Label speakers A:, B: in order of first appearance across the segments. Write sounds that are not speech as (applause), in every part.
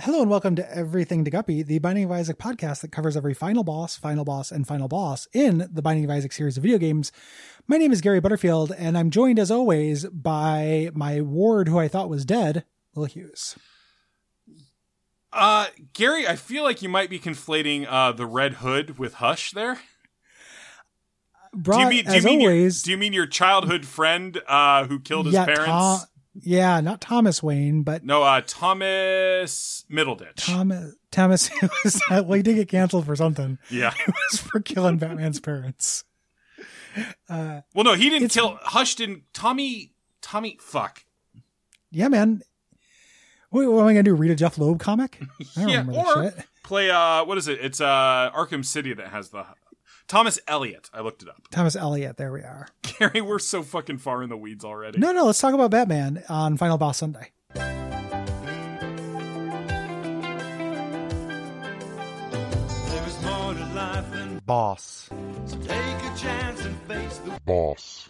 A: Hello and welcome to Everything to Guppy, the Binding of Isaac podcast that covers every final boss, final boss, and final boss in the Binding of Isaac series of video games. My name is Gary Butterfield, and I'm joined as always by my ward who I thought was dead, Will Hughes.
B: Uh, Gary, I feel like you might be conflating uh, the Red Hood with Hush there.
A: Brought,
B: do you mean, do you
A: as
B: mean
A: always,
B: your, do you mean your childhood friend uh, who killed his
A: yeah,
B: parents?
A: Tom- yeah, not Thomas Wayne, but
B: no, uh, Thomas Middleditch.
A: Thomas. Thomas, (laughs) it was that, well, he did get canceled for something. (laughs)
B: yeah.
A: It was for killing Batman's parents. Uh,
B: Well, no, he didn't
A: It's-
B: kill Hush. Didn't Tommy? Tommy? Fuck.
A: yeah, man. Wait, what am I gonna do? Read a Jeff Loeb comic? I don't
B: Yeah,
A: remember
B: or-
A: that shit.
B: Play. Uh, what is it? It's uh Arkham City that has the Thomas Elliot. I looked it up. (laughs)
A: Thomas Elliott. There we are.
B: Gary, we're so fucking far in the weeds already.
A: No, no. Let's talk about Batman on Final Boss Sunday.
C: There is more to life than
D: boss.
C: so take a chance and face the
D: Boss.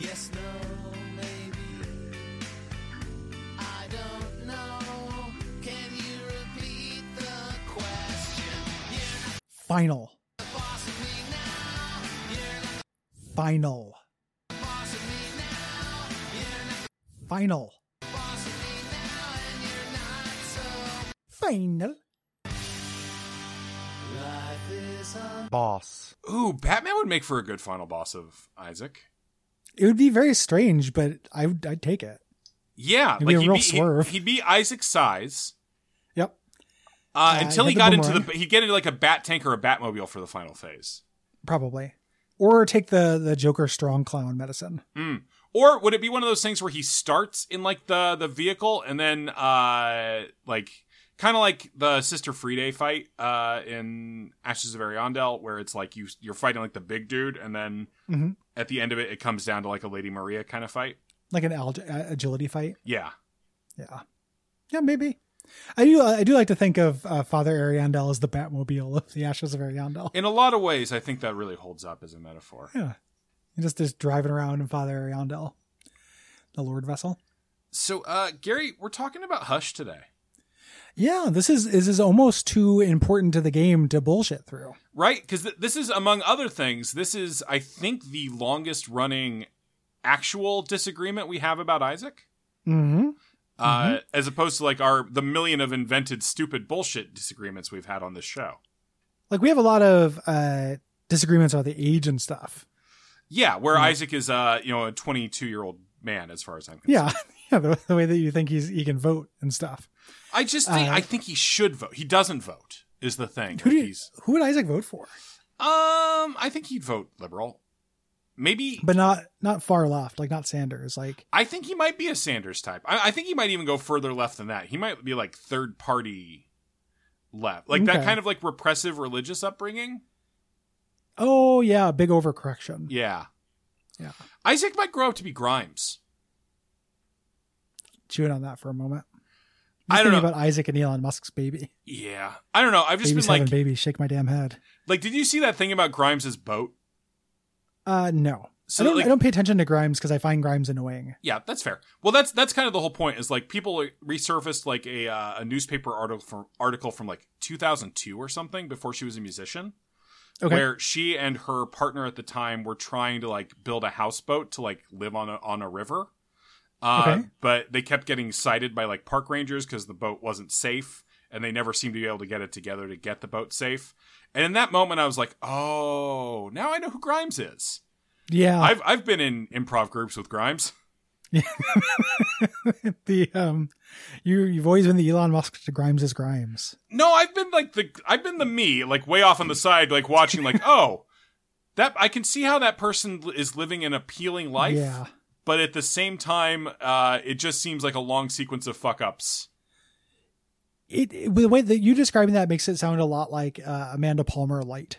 C: yes, no, maybe. I don't know. Can you repeat the question?
A: Final. Final. Final. Final.
D: Boss.
B: Ooh, Batman would make for a good final boss of Isaac.
A: It would be very strange, but I would, I'd take it.
B: Yeah,
A: It'd be a real
B: he'd
A: swerve.
B: He'd, be Isaac's size.
A: Yep.
B: Uh,
A: Uh,
B: until
A: hit
B: he
A: the
B: got into
A: boomerang.
B: the, he'd get into like a bat tank or a Batmobile for the final phase.
A: Probably. Or take the, the Joker strong clown medicine.
B: Mm. Or would it be one of those things where he starts in like the the vehicle and then uh like kind of like the Sister Friday fight uh in Ashes of Ariandel, where it's like you you're fighting like the big dude, and then
A: Mhm.
B: at the end of it, it comes down to like a Lady Maria kind of fight.
A: Like an al- agility fight.
B: Yeah,
A: Yeah. Yeah, maybe. I do I do like to think of uh, Father Ariandel as the Batmobile of the Ashes of Ariandel.
B: in a lot of ways, I think that really holds up as a metaphor.
A: Yeah. And just just driving around in Father Ariandel, the Lord vessel.
B: So, uh, Gary, we're talking about Hush today.
A: Yeah, this is this is almost too important to the game to bullshit through.
B: Right? Because th- this is, among other things, this is, I think, the longest running actual disagreement we have about Isaac.
A: Mm-hmm.
B: Uh, as opposed to like our the million of invented stupid bullshit disagreements we've had on this show.
A: Like we have a lot of uh disagreements about the age and stuff.
B: Yeah, where
A: Mhm.
B: Isaac is uh you know a 22 year old man as far as I'm concerned.
A: Yeah. (laughs) Yeah, the, the way that you think he's he can vote and stuff.
B: I just think
A: Uh,
B: I think he should vote. He doesn't vote is the thing.
A: Who do
B: Like,
A: you,
B: he's
A: who would Isaac vote for?
B: um I think he'd vote liberal. Maybe
A: But not not far left, like not Sanders. Like
B: I think he might be a Sanders type. I, I think he might even go further left than that. He might be like third party left, like that
A: Okay.
B: kind of like repressive religious upbringing.
A: oh yeah, big overcorrection.
B: Yeah,
A: Yeah.
B: Isaac might grow up to be Grimes.
A: Chewing on that for a moment.
B: I
A: Just
B: don't
A: thinking
B: know.
A: about Isaac and Elon Musk's baby.
B: Yeah, I don't know. I've just
A: Baby's
B: been
A: having
B: like,
A: babies, shake my damn head.
B: like, did you see that thing about Grimes's boat?
A: Uh, no. I
B: So,
A: don't.
B: like-
A: I don't pay attention to Grimes because I find Grimes annoying.
B: Yeah, that's fair. Well, that's that's kind of the whole point. Is like people resurfaced like a uh, a newspaper article from article from like 2002 or something before she was a musician.
A: Okay.
B: where she and her partner at the time were trying to like build a houseboat to like live on a, on a river. Uh,
A: Okay.
B: But they kept getting sighted by like park rangers because the boat wasn't safe, and they never seemed to be able to get it together to get the boat safe. And in that moment, I was like, "Oh, now I know who Grimes is."
A: yeah.
B: I've I've been in improv groups with Grimes.
A: the um, you you've always been the Elon Musk to Grimes is Grimes.
B: No, I've been like the I've been the me like way off on the side, like
A: (laughs)
B: watching, like, "Oh, that I can see how that person is living an appealing life."
A: Yeah.
B: but at the same time, uh, it just seems like a long sequence of fuck ups.
A: It, it- the way that you describing that makes it sound a lot like uh, Amanda Palmer light.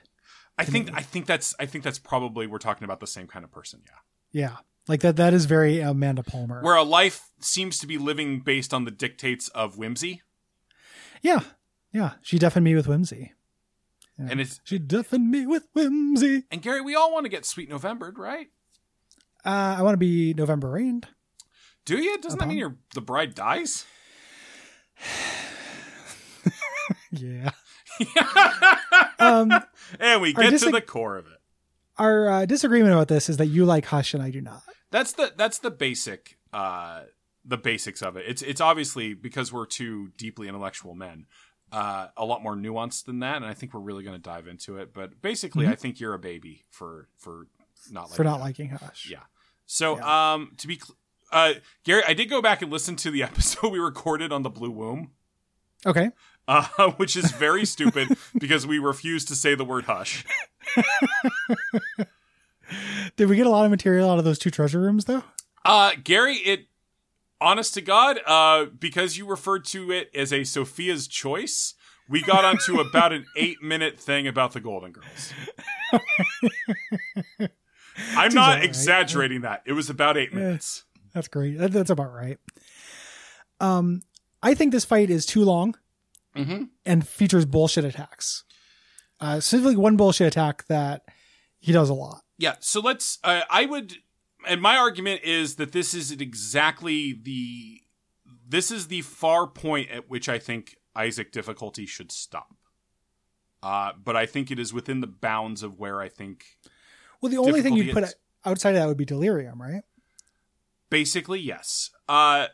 B: I think I think that's I think that's probably we're talking about the same kind of person, yeah.
A: Yeah. Like that. That is very Amanda Palmer.
B: Where a life seems to be living based on the dictates of whimsy,
A: yeah. Yeah. She deafened me with whimsy. Yeah.
B: and it's
A: She deafened me with whimsy.
B: and Gary, we all want to get sweet Novembered, right?
A: Uh, I want to be November Rained.
B: Do you? Doesn't that mean
A: Upon-
B: your the bride dies?
A: (laughs)
B: (laughs)
A: Yeah. Um,
B: and we
A: Our
B: get to
A: disag-
B: the core of it.
A: our uh, disagreement about this is that you like Hush and I do not.
B: That's the that's the basic uh the basics of it. It's it's obviously because we're two deeply intellectual men. Uh, a lot more nuanced than that, and I think we're really going to dive into it. But basically, I think you're a baby for for not liking
A: Mm-hmm. for not
B: it.
A: liking Hush.
B: Yeah. So, um, to be, cl- uh, Gary, I did go back and listen to the (laughs) episode we recorded on the Blue Womb,
A: Okay.
B: uh, (laughs) which is
A: (laughs)
B: very stupid because we refused to say the word hush.
A: Did we get a lot of material out of those two treasure rooms though?
B: Uh, Gary, it, honest to God, uh, because you referred to it as a Sophia's choice, we got onto about an eight minute thing about the Golden Girls. I'm
A: Seems
B: not
A: all right.
B: exaggerating that. It was about eight minutes.
A: That's great. That, that's about right. Um, I think this fight is too long
B: Mm-hmm.
A: and features bullshit attacks. Uh, specifically one bullshit attack that he does a lot.
B: Yeah. So let's. Uh, I would, and my argument is that this is exactly the this is the far point at which I think Isaac difficulty should stop. Uh, but I think it is within the bounds of where I think
A: Well, the only thing
B: Difficulty
A: you'd put
B: is-
A: outside of that would be delirium, right?
B: Basically, yes. Uh,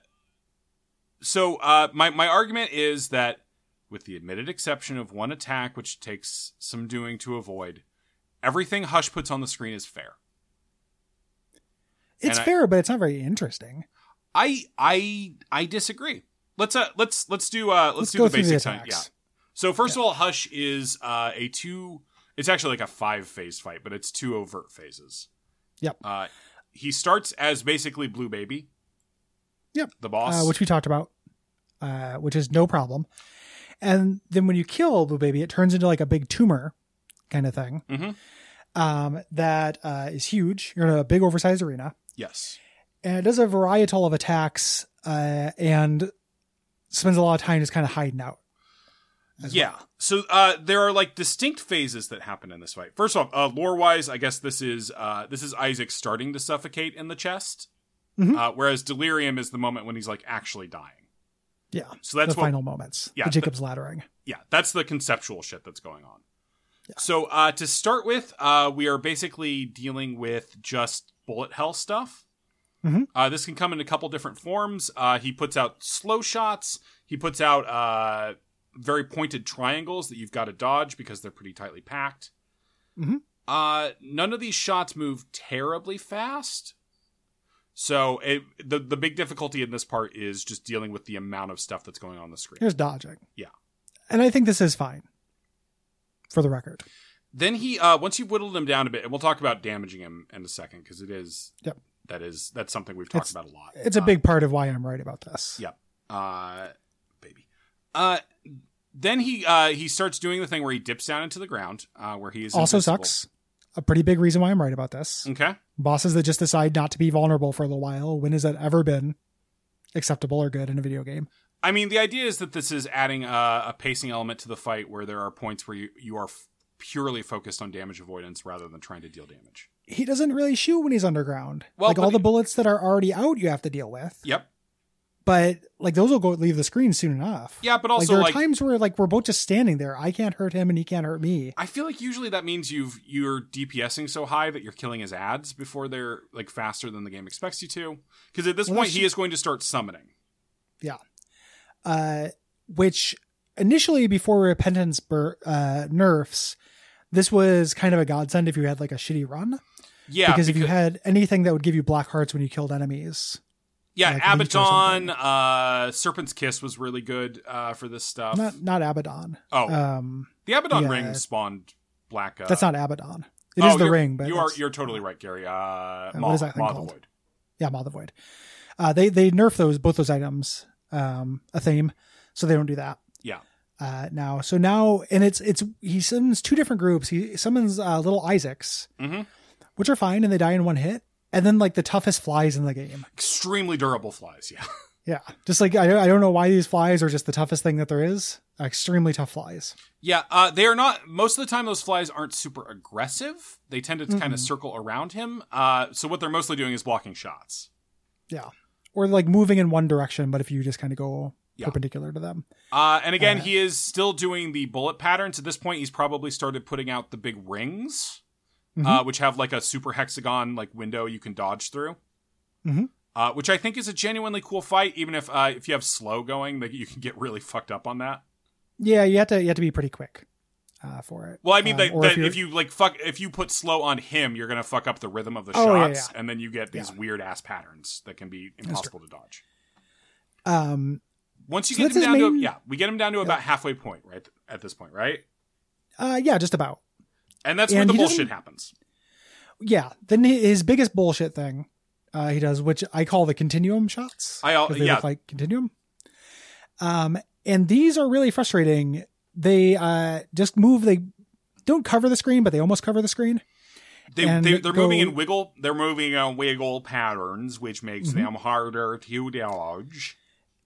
B: so uh, my my argument is that, with the admitted exception of one attack, which takes some doing to avoid, everything Hush puts on the screen is fair.
A: It's
B: And I-
A: fair, but it's not very interesting.
B: I I I disagree. Let's uh let's let's do uh let's,
A: Let's,
B: do
A: go
B: the
A: through the
B: basic time.
A: attacks.
B: Yeah. So first of all, Hush is uh a two. It's actually like a five phase fight, but it's two overt phases.
A: Yep.
B: Uh, he starts as basically Blue Baby.
A: Yep.
B: The boss.
A: uh, which we talked about, uh, which is no problem. And then when you kill Blue Baby, it turns into like a big tumor kind of thing
B: Mhm.
A: um, that uh, is huge. You're in a big oversized arena,
B: yes.
A: and it does a varietal of attacks uh, and spends a lot of time just kind of hiding out. as
B: Yeah. So uh, there are like distinct phases that happen in this fight. First off, uh, lore wise, I guess this is uh, this is Isaac starting to suffocate in the chest,
A: Mhm.
B: uh, whereas delirium is the moment when he's like actually dying.
A: Yeah,
B: So that's
A: the
B: what
A: final moments.
B: yeah,
A: the
B: the-
A: Jacob's laddering.
B: yeah, that's the conceptual shit that's going on. So uh, to start with, uh, we are basically dealing with just bullet hell stuff.
A: Mhm.
B: Uh, this can come in a couple different forms. Uh, he puts out slow shots. He puts out uh, very pointed triangles that you've got to dodge because they're pretty tightly packed.
A: Mhm.
B: Uh, none of these shots move terribly fast. So it, the the big difficulty in this part is just dealing with the amount of stuff that's going on the screen.
A: Here's dodging.
B: Yeah.
A: and I think this is fine. For the record,
B: then he uh once you've whittled him down a bit and we'll talk about damaging him in a second because it is
A: Yep.
B: that is that's something we've
A: It's-
B: talked about a lot
A: it's a
B: Uh,
A: big part of why I'm right about this.
B: yeah. uh baby uh then he uh he starts doing the thing where he dips down into the ground uh where he is
A: also
B: invincible. Mm.
A: sucks. A pretty big reason why I'm right about this.
B: okay
A: Bosses that just decide not to be vulnerable for a little while. When has that ever been acceptable or good in a video game?
B: i mean the idea is that this is adding a, a pacing element to the fight where there are points where you you are f- purely focused on damage avoidance rather than trying to deal damage
A: He doesn't really shoot when he's underground.
B: Well,
A: like
B: but
A: all the
B: he-
A: bullets that are already out, you have to deal with.
B: yep
A: But like those will go leave the screen soon enough.
B: yeah but
A: like
B: also
A: there are
B: like
A: times where like we're both just standing there. I can't hurt him and he can't hurt me.
B: I feel like usually that means you've you're DPSing so high that you're killing his ads before they're like faster than the game expects you to. Because at this
A: Well,
B: point,
A: that's
B: he
A: ju-
B: is going to start summoning.
A: Uh, which initially before repentance bur- uh, nerfs, this was kind of a godsend if you had like a shitty run.
B: Yeah,
A: because if you had anything that would give you black hearts when you killed enemies,
B: yeah,
A: like, leech or
B: Abaddon, uh, Serpent's Kiss was really good uh, for this stuff.
A: not not Abaddon.
B: oh,
A: Um,
B: the Abaddon
A: yeah.
B: ring spawned Black. Uh,
A: that's not Abaddon. It
B: oh,
A: is the
B: you're-
A: ring, but
B: you are
A: that's-
B: you're totally right, Gary. Uh, Maw,
A: what is that thing
B: Maw the
A: called?
B: Void.
A: yeah, Maw the Void. Uh, they they nerf those both those items. Um, a theme, so they don't do that.
B: Yeah.
A: Uh, now, so now, and it's it's he summons two different groups. He summons uh, little Isaacs,
B: Mhm.
A: which are fine, and they die in one hit. And then like the toughest flies in the game.
B: Extremely durable flies. Yeah,
A: Yeah, just like I don't, I don't know why these flies are just the toughest thing that there is. Extremely tough flies.
B: Yeah, uh, they are not. Most of the time, those flies aren't super aggressive. They tend to kind of circle around him. Uh, so what they're mostly doing is blocking shots.
A: Yeah, or like moving in one direction, but if you just kind of go
B: Yeah.
A: perpendicular to them.
B: Uh, and again, he is still doing the bullet patterns. At this point, he's probably started putting out the big rings, uh, which have like a super hexagon like window you can dodge through.
A: Mhm.
B: Uh, which I think is a genuinely cool fight, even if uh, if you have slow going, like, you can get really fucked up on that.
A: Yeah, you have to you have to be pretty quick uh, for it.
B: Well, I mean,
A: Um,
B: like
A: or
B: that
A: you're-
B: if you like fuck, if you put slow on him, you're gonna fuck up the rhythm of the
A: Oh, yeah,
B: shots, and then you get these weird ass patterns that can be impossible to dodge.
A: um
B: Once you
A: So
B: get
A: that's
B: him
A: his
B: down to
A: main-
B: yeah, we get him down to about halfway point right at this point, right?
A: uh yeah, just about.
B: And that's where
A: And
B: the
A: he
B: bullshit
A: doesn't-
B: happens.
A: Yeah, then hi- his biggest bullshit thing uh, he does, which I call the continuum shots.
B: I al-
A: 'cause they
B: yeah.
A: look like continuum. Um, and these are really frustrating. They uh, just move. They don't cover the screen, but they almost cover the screen.
B: They,
A: And
B: they they're moving
A: go-
B: in wiggle. They're moving on wiggle patterns, which makes
A: Mm-hmm.
B: them harder to dodge.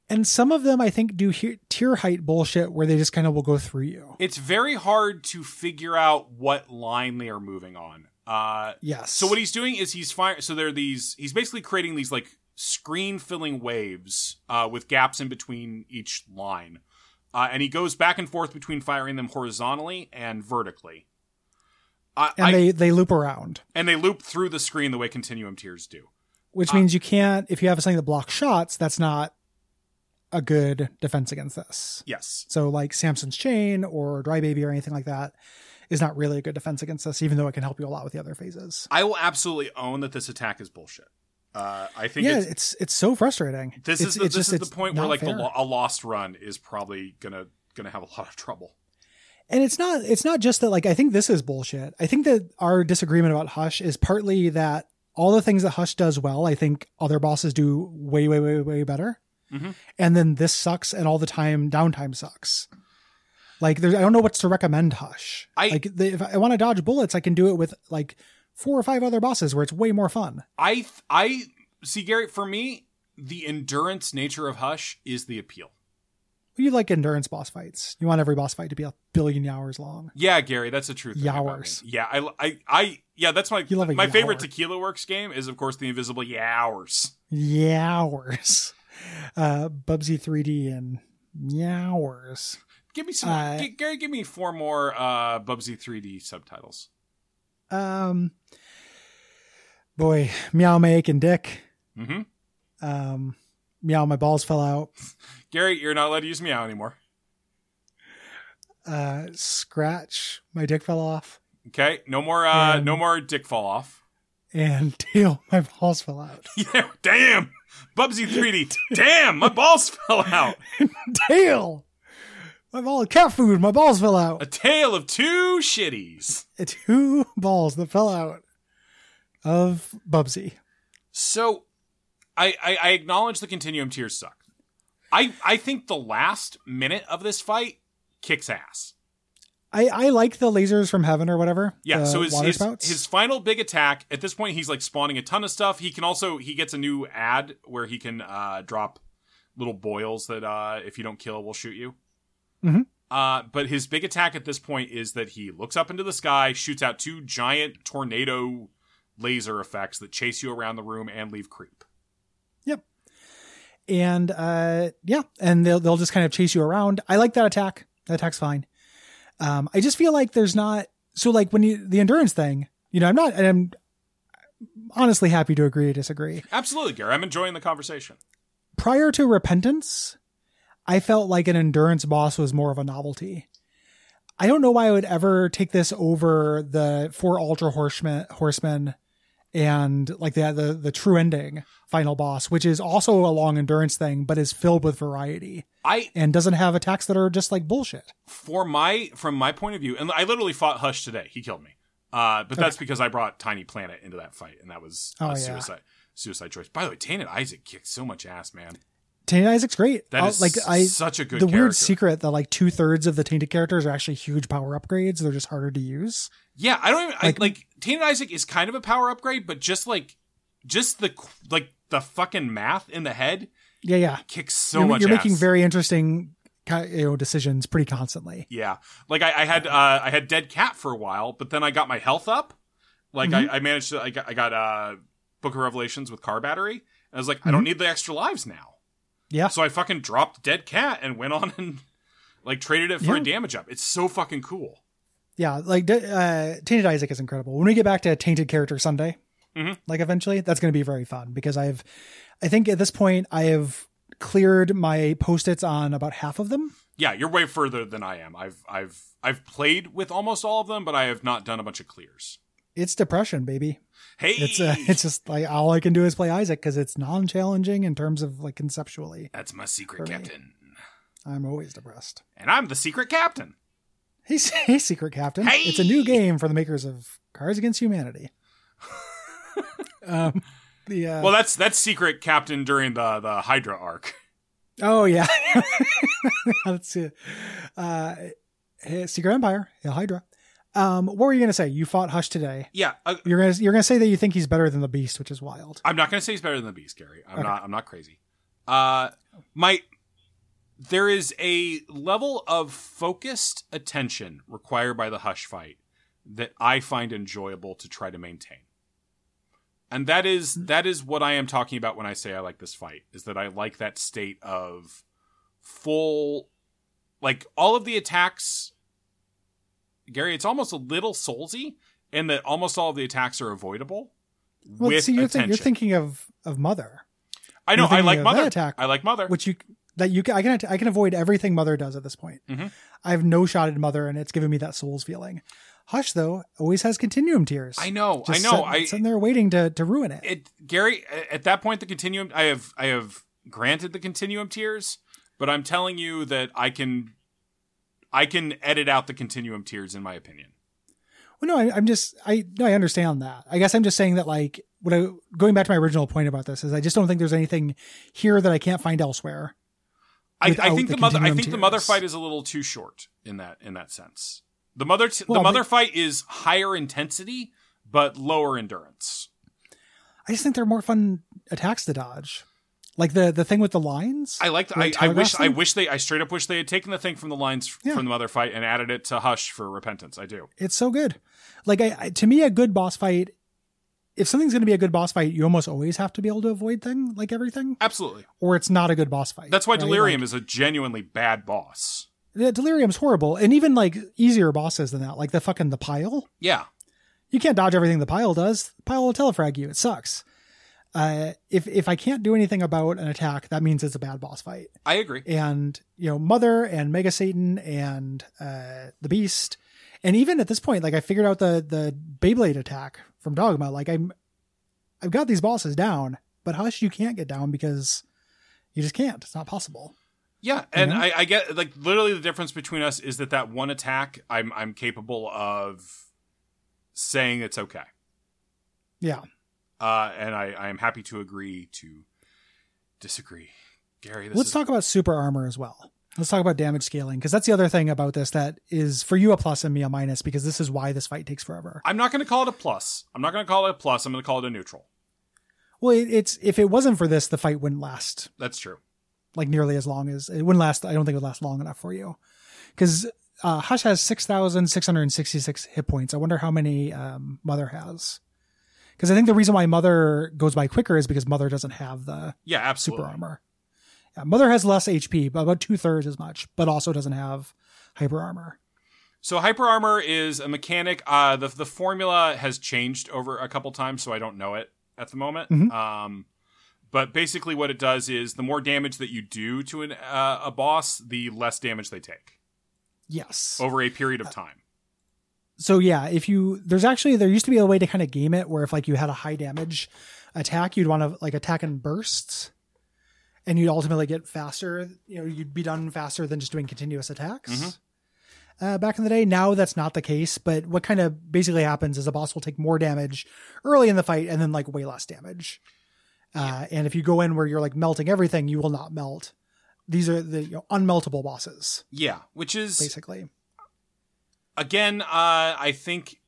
A: And some of them, I think, do he- tier height bullshit where they just kind of will go through you.
B: It's very hard to figure out what line they are moving on. Uh,
A: Yes.
B: So what he's doing is he's fire. So there are these. He's basically creating these like screen filling waves uh, with gaps in between each line, uh, and he goes back and forth between firing them horizontally and vertically. I,
A: and
B: I-
A: they they loop around,
B: and they loop through the screen the way continuum tiers do.
A: which
B: Uh.
A: means you can't if you have something that blocks shots. That's not a good defense against this.
B: Yes.
A: So like Samson's Chain or Dry Baby or anything like that is not really a good defense against this, even though it can help you a lot with the other phases.
B: I will absolutely own that this attack is bullshit. Uh, I think
A: Yeah,
B: it's,
A: it's, it's so frustrating.
B: this
A: it's,
B: is the,
A: it's
B: this
A: just-
B: is the
A: it's
B: point where
A: not
B: like the,
A: fair.
B: lo- a lost run is probably gonna gonna have a lot of trouble.
A: and it's not it's not just that like I think this is bullshit. I think that our disagreement about Hush is partly that all the things that Hush does well, I think other bosses do way way way way better.
B: Mhm.
A: And then this sucks, and all the time downtime sucks. Like there's, I don't know what's to recommend Hush.
B: I-
A: like the, if I want to dodge bullets, I can do it with like four or five other bosses where it's way more fun.
B: I th- I see Gary for me the endurance nature of Hush is the appeal.
A: You like endurance boss fights. You want every boss fight to be a billion hours long.
B: Yeah, Gary, that's the truth.
A: Yowers.
B: Yeah, I I I yeah, that's my
A: You love a
B: my favorite
A: yower.
B: Tequila Works game is of course the Invisible Yowers.
A: Yowers. (laughs) Uh, Bubsy 3D and yowers.
B: Give me some
A: Uh,
B: G- Gary, give me four more uh Bubsy 3D subtitles.
A: Um, boy, meow my aching dick.
B: Mhm.
A: Um, meow my balls fell out.
B: Gary, you're not allowed to use meow anymore.
A: Uh, scratch my dick fell off.
B: Okay? No more uh
A: Um,
B: no more dick fall off. (laughs)
A: And (laughs) tail my balls fell out.
B: yeah, damn. Bubsy 3D. damn, my balls (laughs) fell out.
A: tail. My ball cat food. My balls fell out.
B: A tale of two shitties.
A: (laughs) two balls that fell out of Bubsy.
B: So, I, I I acknowledge the continuum tiers suck. I I think the last minute of this fight kicks ass.
A: I, I like the lasers from heaven or whatever.
B: Yeah.
A: the
B: so his
A: water
B: his,
A: spouts.
B: his final big attack at this point he's like spawning a ton of stuff. He can also he gets a new ad where he can uh, drop little boils that uh, if you don't kill will shoot you.
A: Mhm.
B: Uh, but his big attack at this point is that he looks up into the sky, shoots out two giant tornado laser effects that chase you around the room and leave creep.
A: and uh yeah, and they'll they'll just kind of chase you around. I like that attack. That attack's fine. Um, I just feel like there's not so like when you the endurance thing. You know, I'm not. and I'm honestly happy to agree to disagree.
B: Absolutely, Gary. I'm enjoying the conversation.
A: prior to repentance i felt like an endurance boss was more of a novelty i don't know why i would ever take this over the four ultra horsemen horsemen and like the, the the true ending final boss which is also a long endurance thing but is filled with variety
B: I
A: and doesn't have attacks that are just like bullshit
B: for my from my point of view, and I literally fought Hush today. He killed me, uh, but that's because I brought Tiny Planet into that fight, and that was uh,
A: Oh, yeah.
B: suicide suicide choice. By the way, Tainted Isaac kicked so much ass, man.
A: tainted isaac's great
B: That
A: I'll-
B: is
A: Oh, like i
B: such a good
A: the
B: character.
A: weird secret that like two-thirds of the tainted characters are actually huge power upgrades they're just harder to use
B: Yeah, I don't even like,
A: Like-
B: I, like Tainted Isaac is kind of a power upgrade, but just like just the qu- like the fucking math in the head.
A: Yeah, yeah.
B: Kicks so
A: you're,
B: much.
A: you're
B: ass.
A: making very interesting ki- you know, decisions pretty constantly.
B: Yeah, like I, I had uh, I had dead cat for a while, but then I got my health up. Like
A: Mm-hmm.
B: I, I managed to I got, I got uh, Book of Revelations with car battery. And I was like, I
A: Mm-hmm.
B: don't need the extra lives now.
A: Yeah.
B: So I fucking dropped dead cat and went on and like traded it for
A: Yeah.
B: a damage up. It's so fucking cool.
A: Yeah, like d- uh, Tainted Isaac is incredible. When we get back to Tainted Character Sunday,
B: Mhm.
A: like eventually, that's going to be very fun because I've, I think at this point I have cleared my post its on about half of them.
B: Yeah, you're way further than I am. I've I've I've played with almost all of them, but I have not done a bunch of clears.
A: It's depression, baby.
B: Hey,
A: It's uh, it's just like all I can do is play Isaac because it's non-challenging in terms of like conceptually.
B: that's my
A: for
B: secret
A: me.
B: captain,
A: I'm always depressed.
B: and I'm the secret captain.
A: Hey, (laughs) S- hey Secret Captain.
B: Hey!
A: It's a new game for the makers of Cards Against
B: (laughs)
A: Humanity. um, the, uh,
B: Well, that's that's secret captain during the the Hydra arc. (laughs)
A: oh, yeah. (laughs) That's it. Uh, hey, Secret Empire, Hail Hydra. Um, what were you going to say? You fought Hush today.
B: Yeah, uh,
A: You're going to you're gonna say that you think he's better than the Beast, which is wild.
B: I'm not gonna say he's better than the Beast, Gary. I'm
A: Okay.
B: not. I'm not crazy. Uh, my there is a level of focused attention required by the Hush fight that I find enjoyable to try to maintain, and that is
A: Mm-hmm.
B: that is what I am talking about when I say I like this fight. Is that I like that state of full, like all of the attacks. Gary, it's almost a little soulsy, in that almost all of the attacks are avoidable.
A: Well,
B: with
A: see, you're,
B: attention.
A: you're thinking of, of Mother,
B: I know.
A: You're
B: I
A: thinking
B: like
A: of
B: mother.
A: that attack.
B: I like mother.
A: which you that you can, I can I can avoid everything Mother does at this point.
B: Mhm.
A: I have no shot at Mother, and it's giving me that Souls feeling. Hush though always has continuum tears.
B: I know. I
A: Just
B: know.
A: sit-
B: I
A: sitting there waiting to to ruin it.
B: it Gary a- at that point the continuum. I have I have granted the continuum tiers, but I'm telling you that I can I can edit out the continuum tiers in my opinion.
A: Well, no, I, I'm just I no, I understand that. I guess I'm just saying that like what I going back to my original point about this is I just don't think there's anything here that I can't find elsewhere.
B: I, I
A: Without
B: think
A: the
B: the, mother I
A: continuum
B: think the mother
A: tiers.
B: fight is a little too short in that in that sense. The mother t-
A: Well,
B: the
A: but-
B: mother fight is higher intensity but lower endurance.
A: I just think there are more fun attacks to dodge, like the the thing with the lines.
B: I like. the-
A: Like
B: I, I wish.
A: telegraph
B: I
A: them?
B: wish they. I straight up wish they had taken the thing from the lines
A: Yeah.
B: from the mother fight and added it to Hush for repentance. I do.
A: it's so good. Like I, I to me, a good boss fight. If something's going to be a good boss fight, you almost always have to be able to avoid thing like everything,
B: Absolutely.
A: or it's not a good boss fight.
B: That's why
A: right?
B: Delirium is a genuinely bad boss.
A: Like, yeah, Delirium's horrible, and even like easier bosses than that, like the fucking the pile.
B: Yeah.
A: you can't dodge everything the pile does. The pile will telefrag you. It sucks. Uh, if if I can't do anything about an attack, that means it's a bad boss fight.
B: I agree.
A: And you know, Mother and Mega Satan and uh, the Beast, and even at this point, like I figured out the the Beyblade attack from Dogma. Like I'm, I've got these bosses down, but Hush, you can't get down because you just can't. It's not possible.
B: Yeah, and
A: know?
B: I, I get like literally the difference between us is that that one attack I'm I'm capable of saying it's okay.
A: Yeah.
B: Uh, and I I am happy to agree to disagree. Gary, this
A: Let's
B: is,
A: talk about super armor as well. Let's talk about damage scaling because that's the other thing about this that is for you a plus and me a minus because this is why this fight takes forever.
B: I'm not going to call it a plus. I'm not going to call it a plus. I'm going to call it a neutral.
A: Well, it, it's if it wasn't for this, the fight wouldn't last
B: That's true.
A: like nearly as long as it wouldn't last. I don't think it would last long enough for you because uh, Hush has six thousand six hundred sixty-six hit points. I wonder how many um, Mother has because I think the reason why Mother goes by quicker is because Mother doesn't have the
B: Yeah,
A: super
B: absolutely.
A: armor. Yeah, Mother has less HP, but about two thirds as much, but also doesn't have hyper armor.
B: So hyper armor is a mechanic. Uh, the the formula has changed over a couple times, so I don't know it at the moment.
A: Mhm.
B: Um, but basically, what it does is the more damage that you do to an uh, a boss, the less damage they take
A: Yes.
B: over a period
A: Uh,
B: of time.
A: so yeah, if you there's actually there used to be a way to kind of game it where if like you had a high damage attack, you'd want to like attack in bursts, and you'd ultimately get faster. You know, you'd be done faster than just doing continuous attacks.
B: Mhm.
A: Uh, back in the day, now that's not the case. But what kind of basically happens is a boss will take more damage early in the fight, and then like way less damage. Uh, and if you go in where you're like melting everything, you will not melt. These are the you know, unmeltable bosses,
B: Yeah, which is
A: basically.
B: again, uh, I think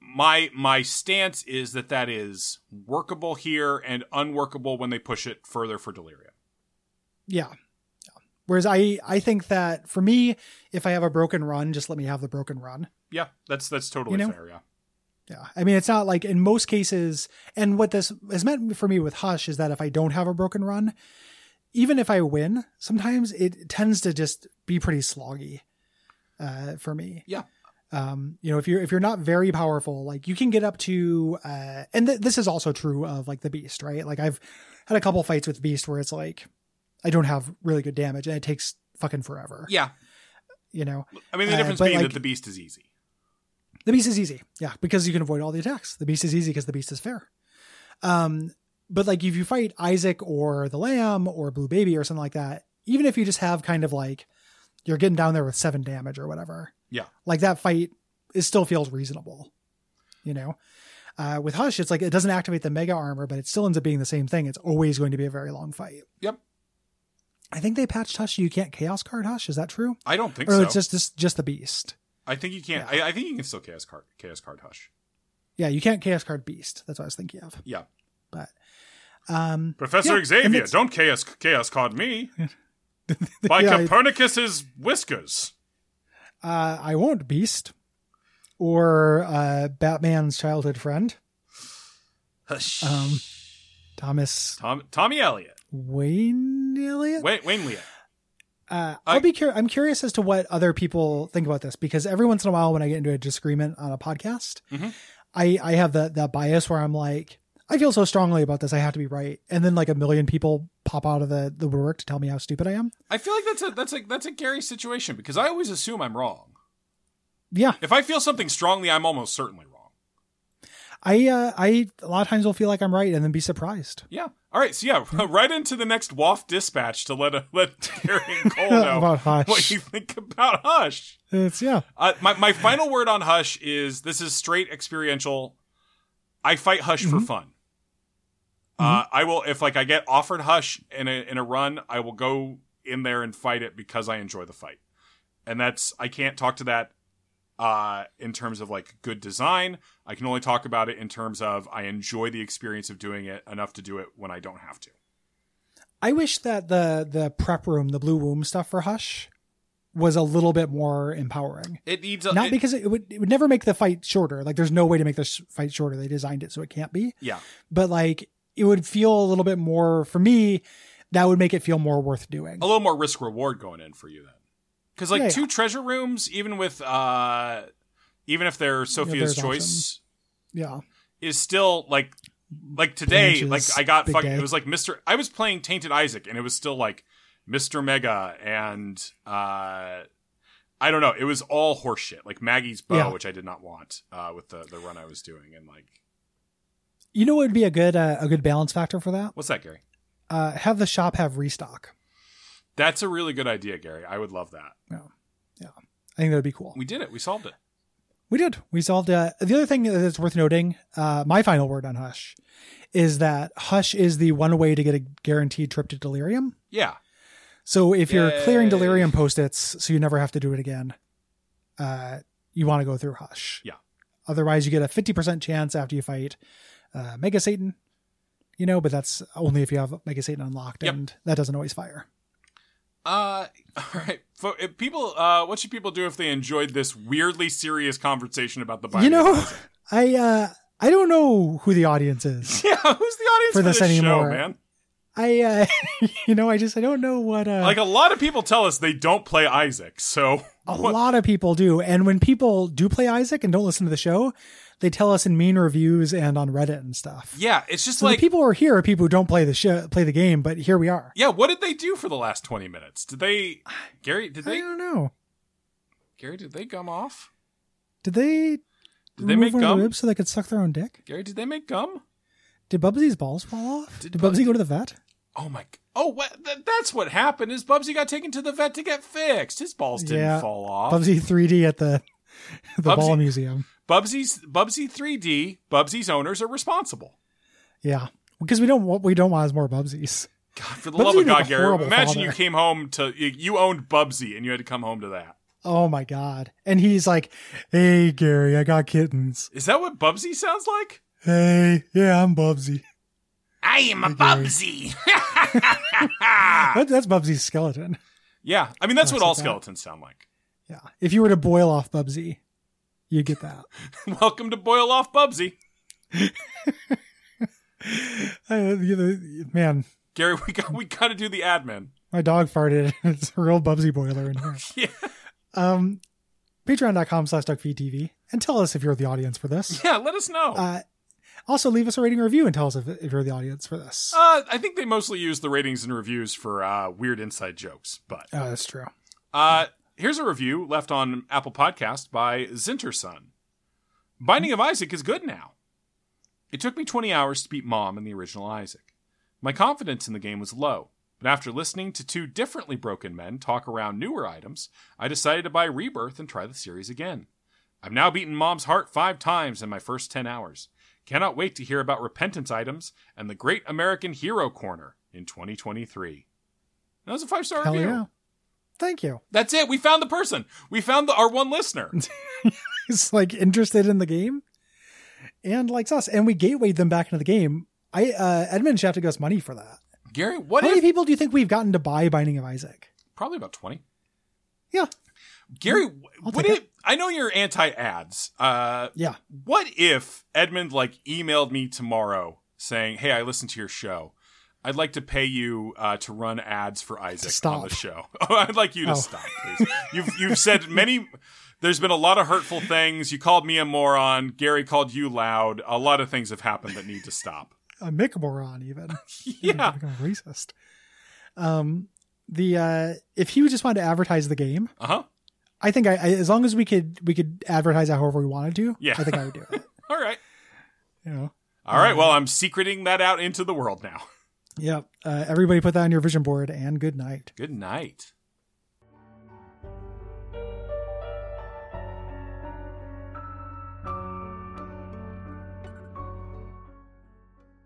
B: my my stance is that that is workable here and unworkable when they push it further for delirium.
A: yeah. Yeah. Whereas I I think that for me, if I have a broken run, just let me have the broken run.
B: Yeah, that's that's totally
A: You know?
B: fair. Yeah.
A: Yeah. I mean, it's not like in most cases, and what this has meant for me with Hush is that if I don't have a broken run, even if I win, sometimes it tends to just be pretty sloggy uh, for me.
B: Yeah.
A: Um, you know, if you're if you're not very powerful, like you can get up to, uh, and th- this is also true of like the Beast, right? Like I've had a couple fights with Beast where it's like I don't have really good damage, and it takes fucking forever.
B: Yeah.
A: You know,
B: I mean, the
A: Uh,
B: difference
A: but,
B: being
A: like-
B: that the beast is easy.
A: The beast is easy. Yeah, because you can avoid all the attacks. The beast is easy because the beast is fair. Um, but like if you fight Isaac or the lamb or blue baby or something like that, even if you just have kind of like you're getting down there with seven damage or whatever.
B: Yeah.
A: Like that fight it still feels reasonable. You know? Uh, with Hush, it's like it doesn't activate the mega armor, but it still ends up being the same thing. It's always going to be a very long fight.
B: Yep.
A: I think they patched Hush. so You can't chaos card Hush. Is that true?
B: I don't think
A: or
B: so.
A: it's just, just just the beast.
B: I think you can't. I, I think you can still chaos card chaos card hush.
A: Yeah, you can't chaos card beast. That's what I was thinking of.
B: Yeah.
A: But um Yeah,
B: Professor
A: and
B: Xavier,
A: it's-
B: don't chaos chaos card
A: (laughs)
B: me by
A: yeah, it-
B: Copernicus's whiskers.
A: uh, I won't beast or uh Batman's childhood friend,
B: Hush.
A: um Thomas
B: Tom, Tommy Elliot,
A: Wayne Elliott.
B: Wayne, Wayne Leah.
A: Uh,
B: I-
A: I'll be cur- I'm curious as to what other people think about this because every once in a while when I get into a disagreement on a podcast,
B: Mhm.
A: I I have that that bias where I'm like I feel so strongly about this I have to be right, and then like a million people pop out of the the woodwork to tell me how stupid I am.
B: I feel like that's a that's a that's a Gary situation because I always assume I'm wrong.
A: Yeah,
B: If I feel something strongly, I'm almost certainly wrong.
A: I uh, I a lot of times will feel like I'm right and then be surprised.
B: Yeah. All right. So yeah, (laughs) right into the next waft dispatch to let let Terry and
A: (laughs)
B: Cole know
A: About Hush.
B: Oh, what you think about Hush.
A: It's yeah.
B: Uh, my my final word on Hush is this is straight experiential. I fight Hush for
A: Mm-hmm.
B: fun. Uh, I will if like I get offered Hush in a in a run, I will go in there and fight it because I enjoy the fight, and that's I can't talk to that uh, in terms of like good design. I can only talk about it in terms of I enjoy the experience of doing it enough to do it when I don't have to.
A: I wish that the the prep room, the blue womb stuff for Hush, was a little bit more empowering.
B: It needs a,
A: Not
B: Uh, it-
A: because it, it would it would never make the fight shorter. Like there's no way to make this fight shorter. They designed it so it can't be.
B: yeah
A: But like it would feel a little bit more for me. That would make it feel more worth doing.
B: a little more risk reward going in for you then because like
A: Yeah, yeah.
B: two treasure rooms even with uh even if they're sophia's
A: there's
B: choice
A: Yeah,
B: is still like like today
A: Branches,
B: like i got
A: big
B: fucking
A: day.
B: it was like mr i was playing tainted isaac and it was still like mr mega and uh i don't know it was all horseshit like maggie's bow
A: Yeah.
B: which i did not want uh with the the run i was doing and like
A: you know what would be a good uh, a good balance factor for that.
B: what's that gary
A: Uh, have the shop have restock.
B: that's a really good idea gary i would love that
A: I think that would be cool.
B: we did it we solved it
A: We did. We solved. Uh, the other thing that's worth noting, uh, my final word on Hush, is that Hush is the one way to get a guaranteed trip to Delirium.
B: yeah
A: So if you're clearing
B: Yay.
A: Delirium post-its, so you never have to do it again, uh, you want to go through Hush.
B: Yeah.
A: Otherwise, you get a 50% chance after you fight uh, Mega Satan, you know, but that's only if you have Mega Satan unlocked,
B: Yep.
A: and that doesn't always fire.
B: Uh, (laughs) all right. Fo- if people, uh, what should people do if they enjoyed this weirdly serious conversation about the Bible?
A: you know, (laughs) I uh, I don't know who the audience is.
B: (laughs) yeah. Who's the audience
A: For
B: for this,
A: this
B: show,
A: anymore.
B: man?
A: I, uh, (laughs) you know, I just I don't know what. Uh,
B: Like a lot of people tell us they don't play Isaac, so (laughs)
A: A
B: what-
A: lot of people do. And when people do play Isaac and don't listen to the show, they tell us in mean reviews and on Reddit and stuff.
B: yeah, it's just
A: so
B: like,
A: the people who are here are people who don't play the show, play the game, but here we are.
B: yeah. What did they do for the last twenty minutes? Did
A: (sighs)
B: they, Gary? Did
A: I
B: they,
A: don't know.
B: Gary? Did they gum off?
A: Did they
B: Did they
A: remove
B: make
A: one of the
B: gum?
A: ribs so they could suck their own dick?
B: Gary, did they make gum?
A: Did Bubsy's balls fall off?
B: Did
A: Did, Bubsy go to the vet?
B: Oh my! g- Oh, what? Th- that's what happened. Is Bubsy got taken to the vet to get fixed? His balls didn't
A: Yeah.
B: fall off.
A: Bubsy 3D at the (laughs) the
B: Bubsy-
A: ball museum.
B: Bubsy's Bubsy 3D. Bubsy's owners are responsible.
A: Yeah, because we don't what we don't want is more Bubsies.
B: God, for the
A: Bubsy
B: love of
A: was a
B: God, Gary,
A: horrible
B: imagine
A: father.
B: you came home to you- you owned Bubsy and you had to come home to that.
A: Oh my god! And he's like, "Hey Gary, I got kittens.
B: Is that what Bubsy sounds like?
A: Hey, yeah, I'm Bubsy.
B: I I am a Bubsy. Ah.
A: That, that's Bubsy's skeleton.
B: (laughs) yeah, I mean that's what
A: That's
B: all
A: like that.
B: skeletons sound like. (laughs)
A: Yeah. If you were to boil off Bubsy, you'd get (laughs) that.
B: Welcome to boil off Bubsy,
A: Uh, you know, man,
B: Gary. We got we got to do the admin.
A: my dog farted. (laughs) It's a real Bubsy boiler in (laughs) here.
B: Yeah,
A: Um, Patreon.com slash DuckFeedTV. And tell us if you're the audience for this.
B: yeah. Let us know. Uh,
A: Uh, also, leave us a rating or review and tell us if, if you're the audience for this.
B: Uh, I think they mostly use the ratings and reviews for uh, weird inside jokes. But
A: oh, that's true.
B: uh, here's a review left on Apple Podcast by Zinterson. Binding of Isaac is good now. It took me 20 hours to beat Mom in the original Isaac. My confidence in the game was low, but after listening to two differently broken men talk around newer items, I decided to buy Rebirth and try the series again. I've now beaten Mom's Heart five times in my first 10 hours. Cannot wait to hear about repentance items and the Great American Hero Corner in 2023. That was a five star
A: Hell
B: review.
A: yeah. Thank you. (laughs)
B: That's it. We found the person. We found the, our one listener.
A: He's like interested in the game and likes us. And we gatewayed them back into the game. I uh Edmund should have to give us money for that.
B: Gary, what
A: How many
B: if?
A: people do you think we've gotten to buy Binding of Isaac?
B: Probably about 20.
A: Yeah. Mm,
B: Gary,
A: I'll
B: what
A: take
B: if? I know you're anti ads. Uh,
A: Yeah.
B: what if Edmund like emailed me tomorrow saying, "Hey, I listened to your show. I'd like to pay you uh, to run ads for Isaac on
A: Stop.
B: the show. (laughs) I'd like you to
A: Oh.
B: stop, please. You've you've said many. There's been a lot of hurtful things. You called me a moron. Gary called you loud. A lot of things have happened that need to stop.
A: A mick moron
B: (laughs)
A: even.
B: Yeah,
A: Become a racist. Um the uh if he just wanted to advertise the game,
B: uh huh.
A: I think I, I as long as we could we could advertise it however we wanted to,
B: Yeah.
A: I think I would do it.
B: All right,
A: You know. (laughs)
B: all right. Well, I'm secreting that out into the world now. (laughs)
A: Yep. Uh, everybody put that on your vision board and good night.
B: Good night.